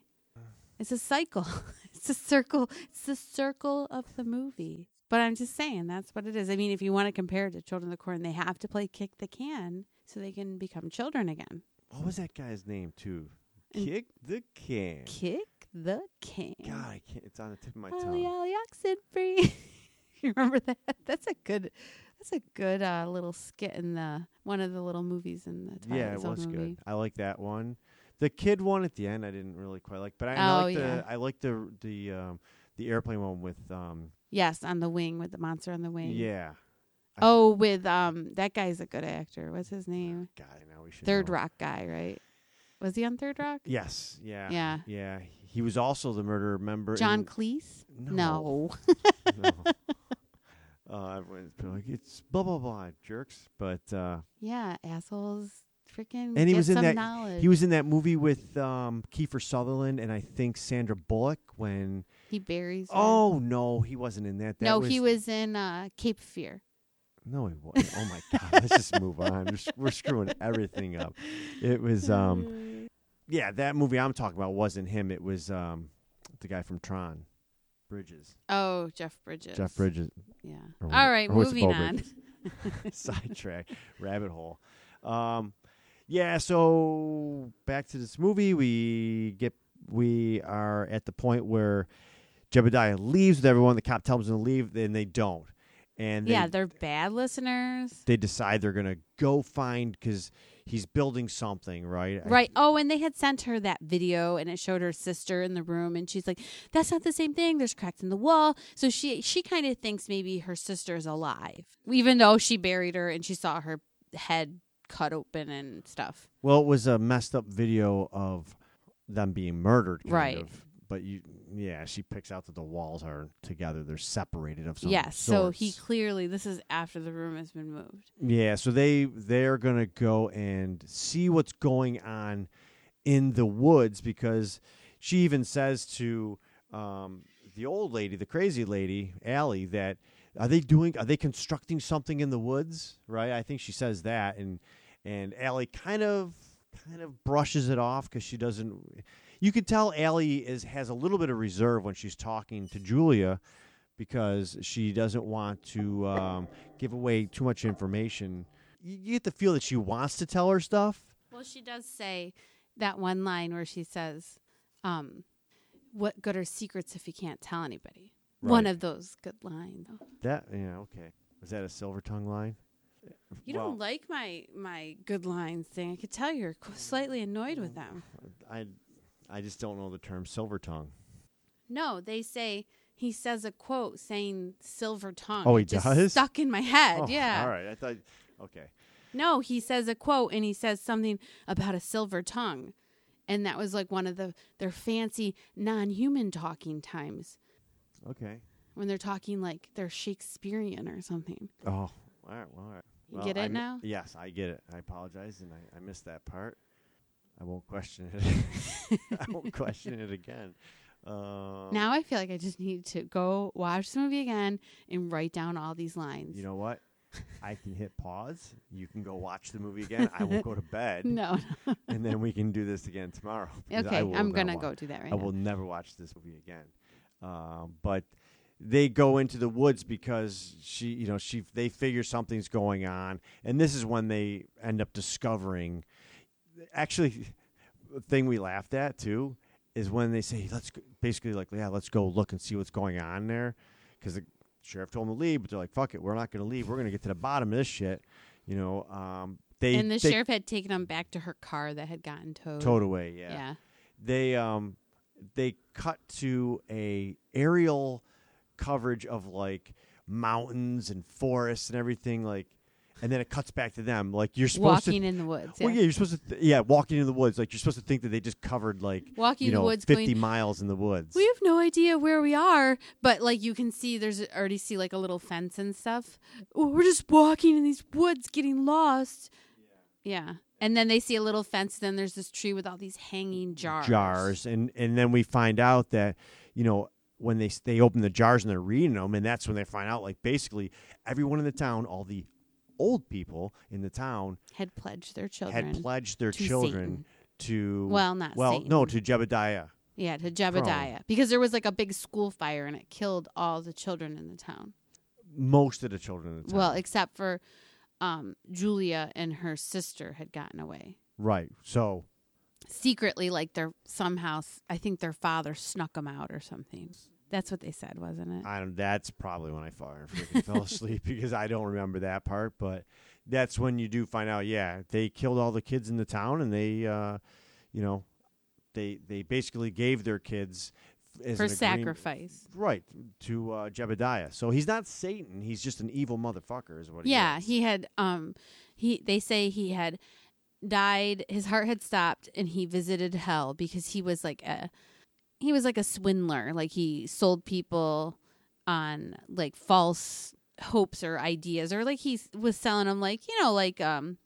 It's a cycle. (laughs) it's a circle. It's the circle of the movie. But I'm just saying that's what it is. I mean, if you want to compare it to Children of the Corn, they have to play kick the can so they can become children again.
what was that guy's name too
And-
kick the can
Kick the can.
God, I can't. It's on the tip of my
Ollie,
tongue.
Ollie, oxen free. (laughs) you remember that? That's a good. That's a good uh, little skit in the one of the little movies in the Twilight
Yeah, it
Zone
was
movie.
good. I like that one. The kid one at the end, I didn't really quite like, but I, I
Oh,
like
yeah.
the I like the the um, the airplane one with um
Yes, on the wing with the monster on the wing.
yeah I-
Oh, with um that guy's a good actor. What's his name?
God now we should
Third
know.
Rock guy, right? Was he on Third Rock?
Yes, yeah,
Yeah.
yeah. He was also the murder member.
John
in-
Cleese? No.
no. (laughs) no.
(laughs)
Uh, everyone's been like it's blah blah blah jerks, but uh,
Yeah, assholes. Freaking.
And he
get
was in
some
that-
Knowledge.
he was in that movie with um, Kiefer Sutherland and I think Sandra Bullock when
He buries. her.
Oh no, he wasn't in that. that
no,
was,
he was in uh, Cape Fear.
No, he wasn't. Oh my (laughs) god, let's just move on. We're, s- we're screwing everything
(laughs)
up. It was
Mm-hmm.
um, yeah, that movie I'm talking about wasn't him. It was um, the guy from Tron, Bridges,
Oh, Jeff Bridges.
Jeff Bridges. (laughs)
Yeah.
Or was
All
it-
right,
or was it
moving
Bo
on.
Sidetrack, rabbit hole. Um, yeah. So back to this movie, we get we are at the point where Jebediah leaves with everyone. The cop tells them to leave, and they don't. And they
yeah, they're bad listeners.
they decide they're gonna go find because he's building something, right? I-
Right. Oh, and they had sent her that video and it showed her sister in the room and she's like, That's not the same thing. There's cracks in the wall. So she she kind of thinks maybe her sister's alive. Even though she buried her and she saw her head cut open and stuff.
well, it was a messed up video of them being murdered, kind
Right.
Of. But you, yeah, she picks out that the walls are together; they're separated of some.
yes. So he
sorts.
clearly this is after the room has been moved.
Yeah, so they they're gonna go and see what's going on in the woods because she even says to um, the old lady, the crazy lady, Allie, that are they doing are they constructing something in the woods? Right? I think she says that, and and Allie kind of kind of brushes it off because she doesn't. You could tell Allie is has a little bit of reserve when she's talking to Julia because she doesn't want to um, give away too much information. You, you get the feel that she wants to tell her stuff.
Well, she does say that one line where she says, um, "What good are secrets if you can't tell anybody?" One
Right.
of those good lines.
That yeah okay. Is that a silver tongue line?
You
Well,
don't like my my good lines thing. I could tell you're qu- slightly annoyed with them.
I I just don't know the term silver tongue.
No, they say he says a quote saying "silver tongue."
Oh, he
It just
does?
Stuck in my head. yeah.
Oh, All right. I thought okay.
No, he says a quote and he says something about a silver tongue. And that was like one of the their fancy non-human talking times.
Okay.
when they're talking like they're Shakespearean or something.
Oh. All right. Well, all right.
You
Well,
get it
I mi-
now?
Yes, I get it. I apologize, and I, I missed that
(laughs)
part. I won't question it. (laughs) I won't question it again. Um,
now I feel like I just need to go watch the movie again and write down all these lines.
you know what? I can hit pause. You can go watch the movie again. I will
(laughs)
go to bed,
no. no.
and then we can do this again tomorrow. because I
okay,
will
I'm
not
gonna
wa-
go do that right
I
now.
will never watch this movie again. Um, but they go into the woods because she, you know, she they figure something's going on, and this is when they end up discovering. Actually, the thing we laughed at too is when they say, "Let's go, basically like, yeah, let's go look and see what's going on there," because the sheriff told them to leave, but they're like, "Fuck it, we're not going to leave. We're going to get to the bottom of this shit." You know, um, they
and the
they
sheriff had taken them back to her car that had gotten towed.
towed away.
Yeah.
they um they cut to a aerial coverage of like mountains and forests and everything like and then it cuts back to them like you're supposed
Walking
to
in the woods. Yeah.
well yeah you're supposed to th- yeah walking in the woods like you're supposed to think that they just covered like
Walking
you
in
know
the woods
50
going
miles in the woods
we have no idea where we are, but like you can see, there's already see like a little fence and stuff. "Oh, We're just walking in these woods, getting lost. Yeah, and then they see a little fence. Then there's this tree with all these hanging jars.
jars and and then we find out that you know when they s- they open the jars and they're reading them and that's when they find out like basically everyone in the town all the old people in the town
had pledged their children.
had pledged their
to
children
Satan.
to
Well, not
well no to
Satan.
Jebediah.
yeah, to Jebediah because there was like a big school fire and it killed all the children in the town.
Most of the children. Of the town.
Well, except for um, Julia and her sister had gotten away
right. So
secretly. Like their somehow, s- I think their father snuck them out or something. That's what they said, wasn't it?
I don't, that's probably when I far freaking
(laughs)
fell asleep because I don't remember that part. But that's when you do find out. Yeah, they killed all the kids in the town, and they, uh, you know, they they basically gave their kids
for
as an agreement-
sacrifice.
Right to uh, Jebediah, so he's not Satan. He's just an evil motherfucker, is what.
yeah,
he, is.
he had um he they say he had died his heart had stopped and he visited hell because he was like a he was like a swindler, like he sold people on like false hopes or ideas or like he s- was selling them like, you know, like um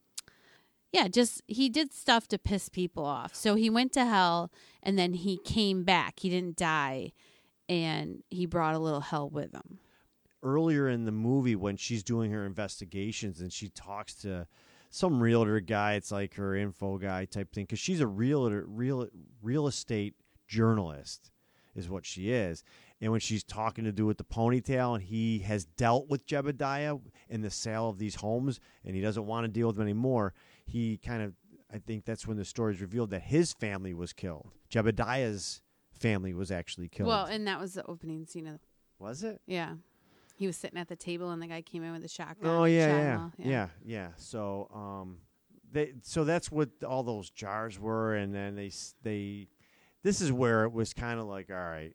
yeah, just he did stuff to piss people off. So he went to hell and then he came back. He didn't die and he brought a little hell with him.
earlier in the movie when she's doing her investigations and she talks to some realtor guy it's like her info guy type thing because she's a realtor real real estate journalist is what she is and when she's talking to do with the ponytail and he has dealt with jebediah in the sale of these homes and he doesn't want to deal with them anymore he kind of i think that's when the story is revealed that his family was killed jebediah's family was actually killed
Well, and that was the opening scene of
was it
Yeah. He was sitting at the table and the guy came in with a shotgun.
Oh
and
yeah,
shot him
yeah,
all.
yeah, yeah, So, um, they so that's what all those jars were, and then they s- they, this is where it was kind of like, all right,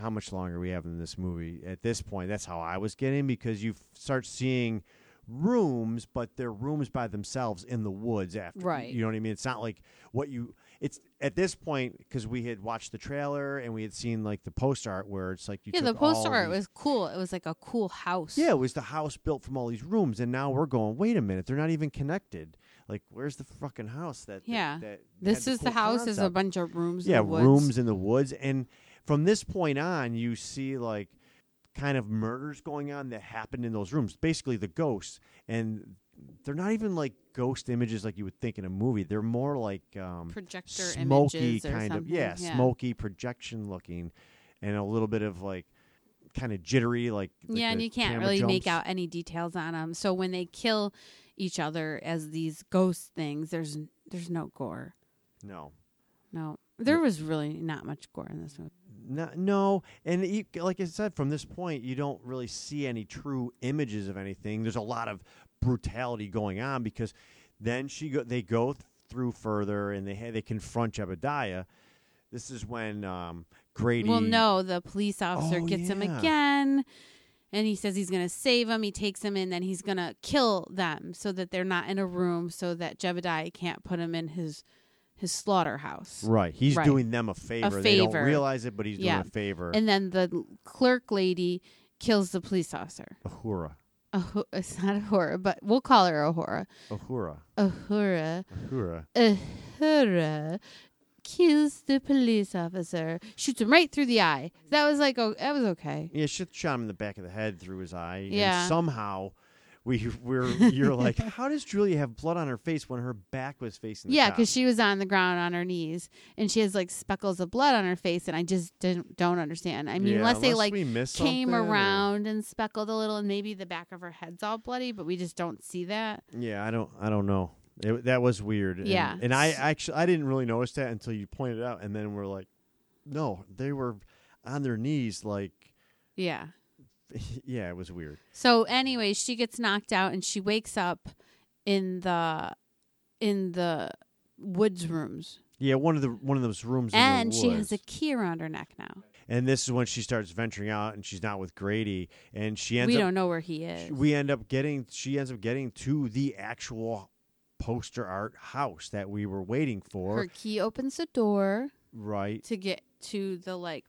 how much longer we have in this movie? At this point, that's how I was getting because you f- start seeing rooms, but they're rooms by themselves in the woods. After,
Right.
You know what I mean? It's not like what you. It's at this point because we had watched the trailer and we had seen like the post art where it's like you
Yeah, the
took all
poster art
these-
was cool. It was like a cool house.
yeah, it was the house built from all these rooms, and now we're going. Wait a minute, they're not even connected. Like, where's the fucking house that? that-
Yeah.
that had
This is the
cool
house is a
concept?
bunch of rooms. in
yeah
the woods.
rooms in the woods, and from this point on, you see like kind of murders going on that happened in those rooms. Basically, the ghosts, and they're not even like ghost images like you would think in a movie. They're more like um,
projector
smoky
images or
kind of
something.
yeah, smoky projection looking, and a little bit of like kind of jittery like, like
yeah, and
the
you can't
camera
really make
jumps.
out any details on them. So when they kill each other as these ghost things, there's there's no gore.
No,
No, there was really not much gore in this movie.
no, no. And you, like I said, from this point, you don't really see any true images of anything. There's a lot of brutality going on because then she go, they go th- through further and they ha- they confront Jebediah. This is when um, Grady.
Well, no, the police officer
Oh,
gets him
yeah.
again, and he says he's going to save him. He takes him in, then he's going to kill them so that they're not in a room, so that Jebediah can't put him in his his slaughterhouse.
Right, he's
Right.
doing them a favor. They don't
favor.
realize it, but he's
Yeah.
doing a favor.
And then the l- clerk lady kills the police officer.
Ahura,
Ahu- it's not Ahura, but we'll call her Ahura.
Ahura,
Ahura.
Ahura.
Ahura kills the police officer, shoots him right through the eye. That was like, oh, that was okay.
Yeah, she shot him in the back of the head through his eye.
Yeah.
And somehow we we're
(laughs)
you're like, how does Julia have blood on her face when her back was facing the
Yeah,
cop?"
because she was on the ground on her knees, and she has like speckles of blood on her face, and I just didn't don't understand. I mean,
Yeah,
unless they like
we miss
came
something or-
around and speckled a little, and maybe the back of her head's all bloody, but we just don't see that.
Yeah, I don't I don't know. It, that was weird. And-
Yeah.
And, I actually I didn't really notice that until you pointed it out and then we're like, no, they were on their knees like (laughs)
Yeah.
yeah, it was weird.
So anyway, she gets knocked out, and she wakes up in the in the woods rooms,
Yeah, one of the one of those rooms in the
and she has
woods.
a key around her neck now.
and this is when she starts venturing out and she's not with Grady and she ends
We
up
don't know where he is.
we end up getting she ends up getting to the actual poster art house that we were waiting for
her key opens the door
right
to get to the like.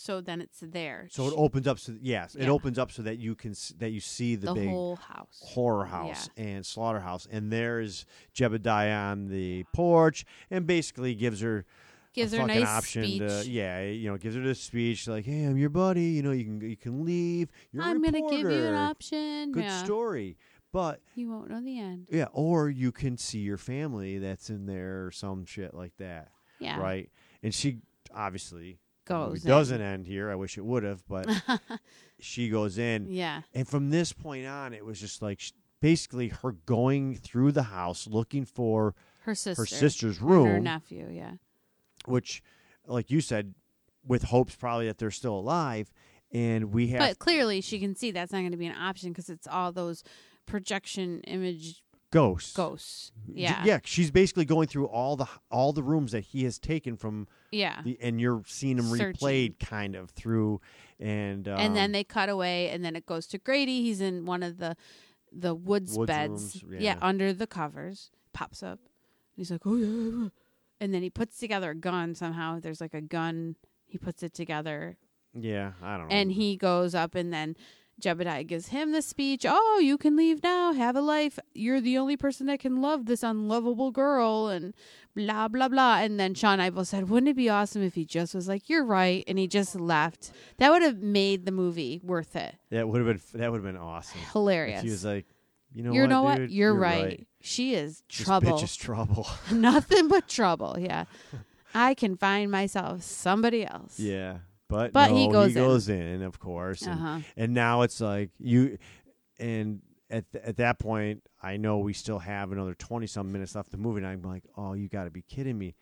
So then it's there.
so it
She-
opens up so yes it
Yeah.
opens up so that you can s- that you see the,
the,
big
whole house.
horror house and slaughterhouse and there's jebediah on the porch and basically gives her
Gives
a
her a
fucking
nice
option
speech.
to yeah you know gives her this speech like hey i'm your buddy you know you can you can leave you're
I'm
going to
gonna give you an option.
good
yeah.
story but
You won't know the end.
Yeah, or you can see your family that's in there or some shit like that,
Yeah.
right? And she obviously the movie
Goes. in.
doesn't end here. I wish it would have,
(laughs)
but she goes in,
yeah.
and from this point on, it was just like sh basically her going through the house looking for
Her sister.
her sister's
and Her
room,
nephew. Yeah.
which, like you said, with hopes probably that they're still alive, and we have
But clearly she can see that's not going to be an option because it's all those projection image
ghosts.
ghosts.
J-
Yeah.
yeah. She's basically going through all the all the rooms that he has taken from
Yeah.
the, and you're seeing him
Searching.
replayed kind of through, and um,
and then they cut away and then it goes to Grady. He's in one of the the woods,
Woods
beds.
rooms,
yeah.
yeah.
under the covers. Pops up. And he's like, Oh yeah. yeah." And then he puts together a gun somehow. There's like a gun. He puts it together
yeah, I don't know.
and he goes up and then Jebediah gives him the speech. Oh, you can leave now. Have a life. You're the only person that can love this unlovable girl, and blah blah blah. And then Sean Eiffel said, "Wouldn't it be awesome if he just was like, you're right," and he just left? That would have made the movie worth it.
that would have been f- that would have been awesome.
Hilarious.
If he was like, you know,
you
what,
know what?
dude?
You're, right. She is trouble.
This bitch is trouble.
(laughs)
(laughs)
Nothing but trouble. Yeah, I can find myself somebody else.
(laughs) yeah, but
But he
no,
goes in.
in. of course,
Uh
and
huh.
and now it's like you and at th- at that point i know we still have another 20 some minutes left of the movie and i'm like oh you got to be kidding me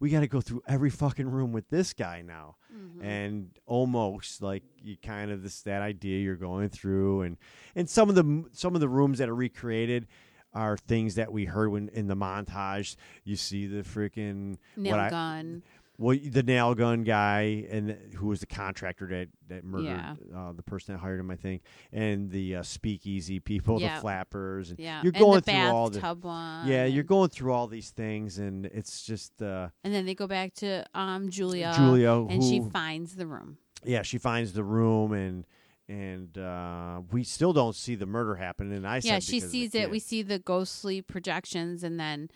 we got to go through every fucking room with this guy now
Mm-hmm.
and almost like you kind of this that idea you're going through and and some of the m- some of the rooms that are recreated are things that we heard when in the montage you see the freaking
Nail
what I-
gun.
well, the nail gun guy, and who was the contractor that that murdered
Yeah.
uh, the person that hired him, I think, and the uh, speakeasy people,
Yeah.
the flappers, and
yeah.
you're
and
going
the
through all the
bathtub one.
yeah,
and-
you're going through all these things, and it's just uh,
And then they go back to um Julia.
Julia,
And
who
she finds the room.
yeah, she finds the room, and and uh, we still don't see the murder happen, and I
yeah,
said
she
because of the
sees it.
kid.
We see the ghostly projections and then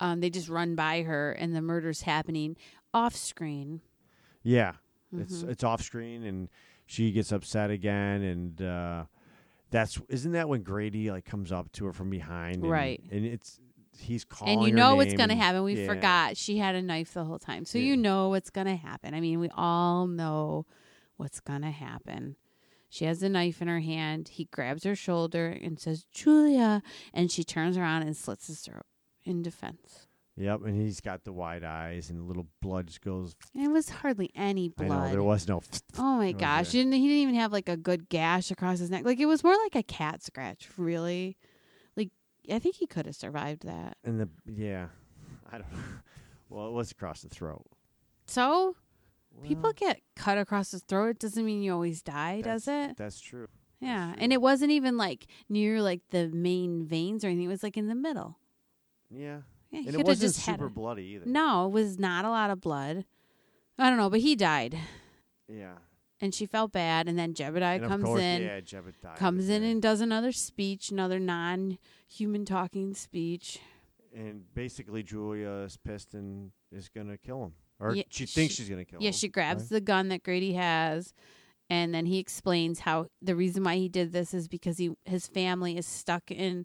um they just run by her and the murder's happening off screen. Mm-hmm.
yeah, it's it's off screen, and she gets upset again, and. Uh, that's isn't that when Grady like comes up to her from behind, and-
Right.
And it's he's calling,
And you
her
know what's
name
gonna
and-
happen. We
yeah.
forgot she had a knife the whole time. So
Yeah.
you know what's gonna happen. I mean, we all know what's gonna happen. She has a knife in her hand. He grabs her shoulder and says, Julia. And she turns around and slits his throat in defense.
Yep, and he's got the wide eyes, and the little blood just goes.
And It was hardly any blood.
I know there was no. (laughs)
oh my
was
gosh! Didn't, he didn't even have like a good gash across his neck. Like it was more like a cat scratch, really. Like I think he could have survived that.
And the yeah, I don't. (laughs) know. Well, it was across the throat.
So people
Well,
get cut across the throat. It doesn't mean you always die, does it?
That's true.
Yeah,
true.
and it wasn't even like near like the main veins or anything. It was like in the middle.
Yeah,
Yeah, he
and it
could have
wasn't
just had.
super
a-
bloody either.
No, it was not a lot of blood. I don't know, but he died,
Yeah,
and she felt bad. And then Jebediah
and of
comes
course,
in.
Yeah, Jebediah
comes
was
in
there.
and does another speech, another non-human talking speech.
and basically Julia is pissed and is gonna kill him, or
Yeah,
she thinks
she-
she's gonna kill
yeah,
him.
she grabs the gun that Grady has, and then he explains how the reason why he did this is because he his family is stuck in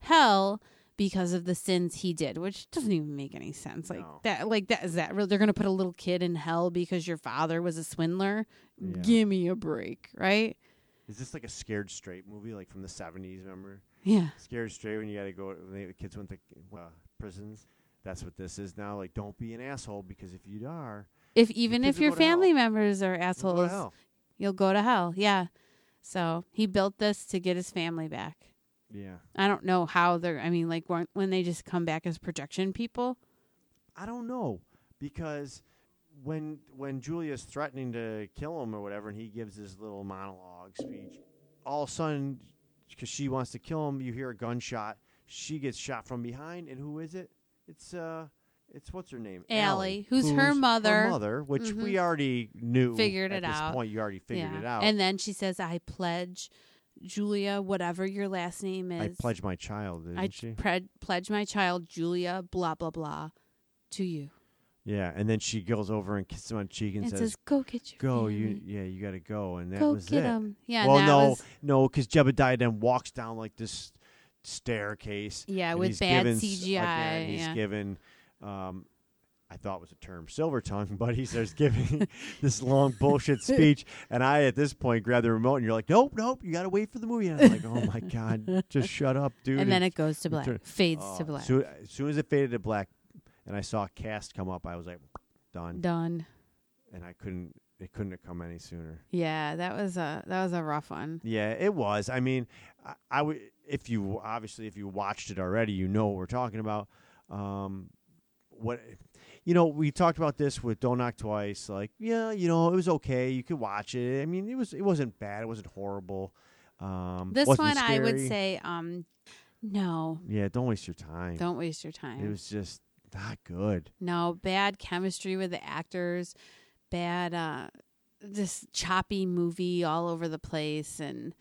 hell because of the sins he did, which doesn't even make any sense. Like
No.
that, like that is that real? They're gonna put a little kid in hell because your father was a swindler?
Yeah.
Give me a break, right?
Is this like a scared straight movie, like from the seventies? Remember
Yeah,
scared straight when you got to go when they, the kids went to uh, prisons? That's what this is now. Like, don't be an asshole because if you are,
if even
kids
if
will
your
go to hell.
family members are
you'll go to
assholes,
hell.
you'll go to hell. Yeah. So he built this to get his family back.
Yeah,
I don't know how they're, I mean, like when, when they just come back as projection people.
I don't know because when when Julia's threatening to kill him or whatever, and he gives his little monologue speech, all of a sudden, because she wants to kill him, you hear a gunshot. She gets shot from behind, and who is it? It's uh, it's what's her name?
Allie, who's her mother.
mother, which
Mhm.
we already knew.
Figured
at
it
this
out.
Point, you already figured
yeah.
it out.
And then she says, I pledge Julia, whatever your last name is.
I pledge my child, didn't
I
she?
pred- pledge my child, Julia, blah, blah, blah, to you.
Yeah, and then she goes over and kisses him on the cheek and
And
says,
says, go get your
"Go, you,
family.
yeah, you got to go." And that
Go
was
get
it.
them. Yeah.
well,
and that
no,
was,
no, because Jebediah then walks down like this staircase.
yeah,
and
with
he's
bad
given, s-
CGI.
Again, he's
yeah.
given, um, I thought it was a term, silver tongue, (laughs) but he starts giving (laughs) this long bullshit speech. And I, at this point, grab the remote and you're like, nope, nope, you got to wait for the movie. And I'm like, oh
(laughs)
my God, just shut up, dude.
and then it goes to
we
black,
turn-
fades
Oh,
to black.
so- as soon as it faded to black and I saw Cast come up, I was like, done.
Done.
And I couldn't, it couldn't have come any sooner.
Yeah, that was a that was a rough one.
Yeah, it was. I mean, I, I would if you obviously if you watched it already, you know what we're talking about. Um, what you know, we talked about this with Don't Knock Twice. Like, yeah, you know, it was okay. You could watch it. I mean, it was it wasn't bad. It wasn't horrible. Um,
This
wasn't
one I would
scary.
say um no.
yeah, don't waste your time.
Don't waste your time.
It was just not good.
No, bad chemistry with the actors, bad uh this choppy movie all over the place and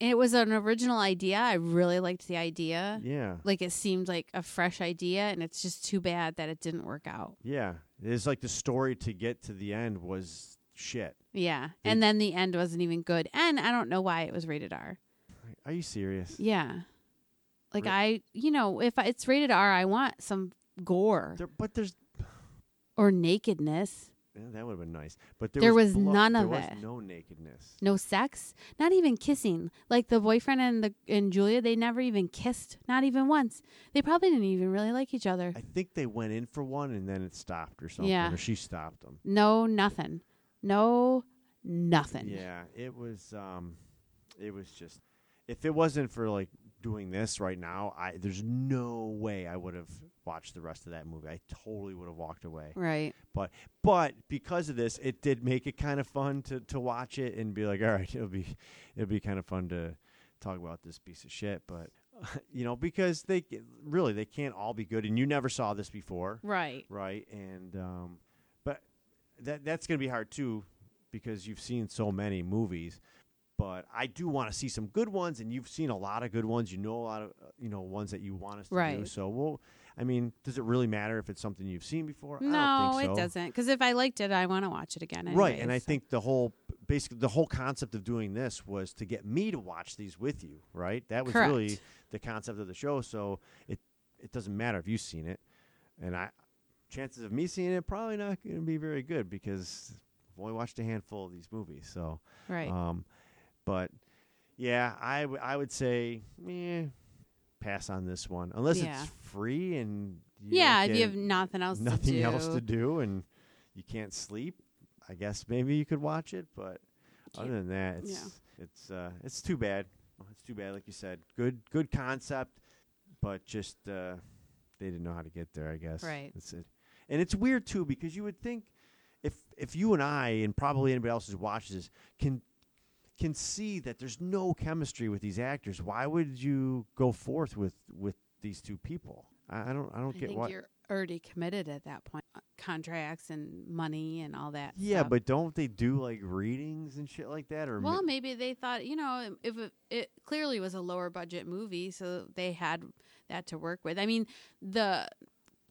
it was an original idea. I really liked the idea.
Yeah,
Like it seemed like a fresh idea and it's just too bad that it didn't work out.
yeah. It's like the story to get to the end was shit.
Yeah.
They-
And then the end wasn't even good. And I don't know why it was rated R.
Like, Are you serious?
Yeah. Like
Re-
I, you know, if it's rated R, I want some gore
There, but there's
or nakedness,
yeah, that would have been nice. But there,
There
was,
was
blood.
none of
there
it.
Was no nakedness.
no sex, not even kissing. Like the boyfriend and the and Julia, they never even kissed, not even once. They probably didn't even really like each other.
I think they went in for one and then it stopped or something.
Yeah.
Or she stopped them.
No nothing. No nothing.
Yeah, it was. Um, it was just. If it wasn't for like doing this right now, I there's no way I would have watched the rest of that movie. I totally would have walked away.
Right.
But because of this, it did make it kind of fun to to watch it and be like, all right, it'll be it'll be kind of fun to talk about this piece of shit. But (laughs) you know, because they really they can't all be good, and you never saw this before
Right.
right? And um, but that that's gonna be hard too because you've seen so many movies. But I do want to see some good ones, and you've seen a lot of good ones. You know a lot of uh, you know ones that you want us to do.
Right.
So well, I mean, does it really matter if it's something you've seen before? I don't
No,
think so.
it doesn't. Because if I liked it, I want to watch it again. Anyways,
Right, and I
so-
think the whole basically the whole concept of doing this was to get me to watch these with you, right? That was really
Correct.
the concept of the show. So it it doesn't matter if you've seen it, and I chances of me seeing it probably not going to be very good because I've only watched a handful of these movies. So,
right.
um, but yeah, I w- I would say eh, pass on this one unless
Yeah.
it's free and you don't
yeah, if you
get-
have nothing else
nothing
to do.
else to do and you can't sleep i guess maybe you could watch it but other than that it's it's uh it's too bad it's too bad like you said good good concept but just uh they didn't know how to get there i guess
Right.
that's it and it's weird too because you would think if if you and i and probably anybody else who watches this can can see that there's no chemistry with these actors why would you go forth with with these two people i, I don't i don't
I
get
think
why
you're already committed at that point. Uh, Contracts and money and all that.
Yeah,
stuff.
but don't they do like readings and shit like that? Or
well,
mi-
maybe they thought you know if it, it clearly was a lower budget movie, so they had that to work with. I mean, the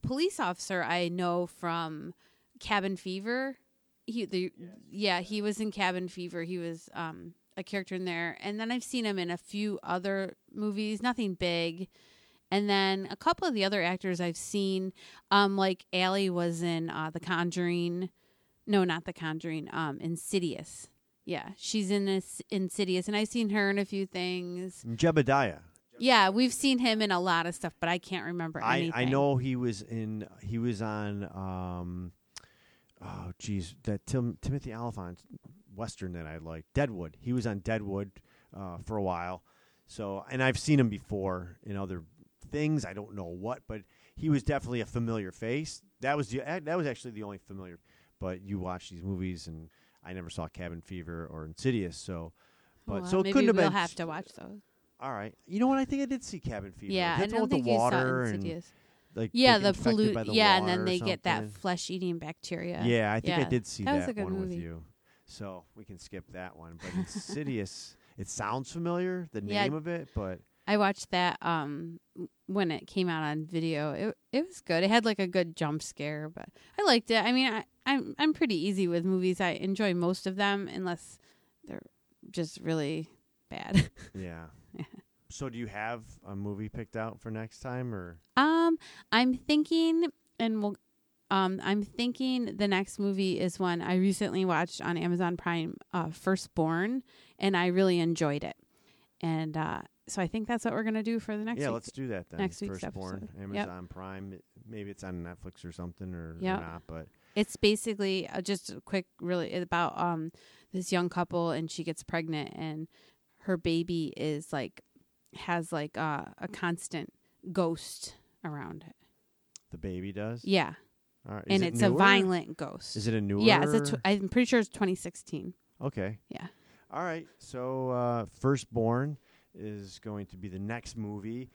police officer I know from Cabin Fever, he the yeah he was in Cabin Fever. He was um a character in there, and then I've seen him in a few other movies, nothing big. And then a couple of the other actors I've seen, um, like Allie was in uh, The Conjuring. No, not The Conjuring. Um, Insidious. Yeah, she's in this Insidious, and I've seen her in a few things.
Jebediah.
Yeah, we've seen him in a lot of stuff, but I can't remember
I,
anything.
I know he was in he was on um oh geez that Tim Timothy Oliphant western that I like Deadwood. He was on Deadwood uh, for a while. So and I've seen him before in other things. I don't know what, but he was definitely a familiar face. That was the that was actually the only familiar. But you watch these movies and I never saw Cabin Fever or Insidious, so. But
Well,
so it
maybe
couldn't have
we'll
been
have to watch those.
all right. You know what? I think I did see Cabin Fever.
Yeah,
That's
I don't
the one with
think
the water
you saw
and
Insidious.
like
yeah,
they
the
get infected
pollu-
by the
yeah, and
water
then
or
they get that
something.
flesh-eating bacteria.
yeah, I think I
yeah.
did see
That was
that,
a good
one with
movie.
you. So we can skip that one. But Insidious, (laughs) it sounds familiar, the
Yeah.
name of it,
(laughs)
but
I watched that um when it came out on video. It it was good. It had like a good jump scare, but I liked it. I mean, I I'm I'm pretty easy with movies. I enjoy most of them unless they're just really bad.
yeah.
Yeah.
So do you have a movie picked out for next time, or
um, I'm thinking, and we'll. Um, I'm thinking the next movie is one I recently watched on Amazon Prime, uh, Firstborn, and I really enjoyed it. And uh, so I think that's what we're gonna do for the next.
yeah,
week.
let's do that then.
next week's
Firstborn,
episode. Yep.
Amazon Prime. Maybe it's on Netflix or something, or, or
Yep.
not. But
It's basically uh, just a quick, really about um this young couple, and she gets pregnant, and her baby is like has like uh, a constant ghost around it.
The baby does.
Yeah,
All right. Is
and
it
it's a
newer?
violent ghost.
Is it a newer?
yeah, it's a tw- I'm pretty sure it's 2016.
okay.
Yeah.
All right. So uh, Firstborn is going to be the next movie.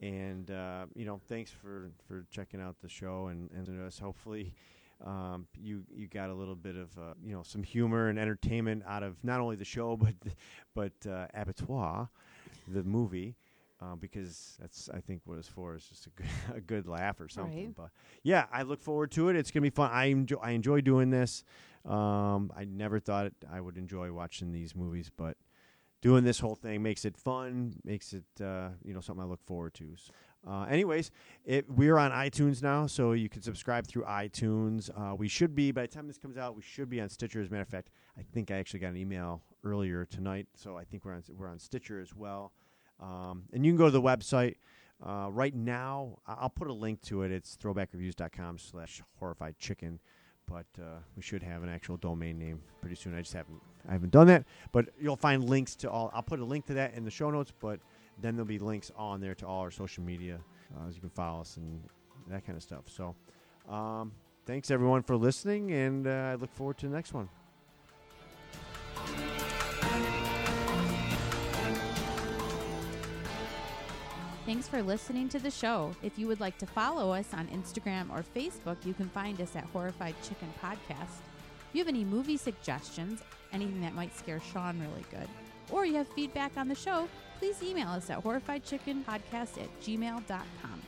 And uh, you know, thanks for, for checking out the show and and us. Hopefully, um, you you got a little bit of uh, you know some humor and entertainment out of not only the show (laughs) but but uh, Abattoir, the movie, uh, because that's I think what it's for is just a good, (laughs) a good laugh or something.
Right.
But yeah, I look forward to it. It's gonna be fun. I enjoy I enjoy doing this. Um, I never thought I would enjoy watching these movies, but doing this whole thing makes it fun, makes it uh, you know something I look forward to. So, uh, anyways, it, we're on iTunes now, so you can subscribe through iTunes. Uh, we should be by the time this comes out, we should be on Stitcher. As a matter of fact, I think I actually got an email earlier tonight, so I think we're on we're on Stitcher as well. Um, and you can go to the website. Uh, right now, I- I'll put a link to it. It's throwbackreviews.com slash horrified chicken but uh, we should have an actual domain name pretty soon. I just haven't I haven't done that, but you'll find links to all. I'll put a link to that in the show notes, but then there'll be links on there to all our social media, uh, so you can follow us and that kind of stuff. So, um, thanks everyone for listening, and uh, I look forward to the next one.
Thanks for listening to the show. If you would like to follow us on Instagram or Facebook, you can find us at Horrified Chicken Podcast. If you have any movie suggestions, anything that might scare Sean really good, or you have feedback on the show, please email us at horrifiedchickenpodcast at gmail.com.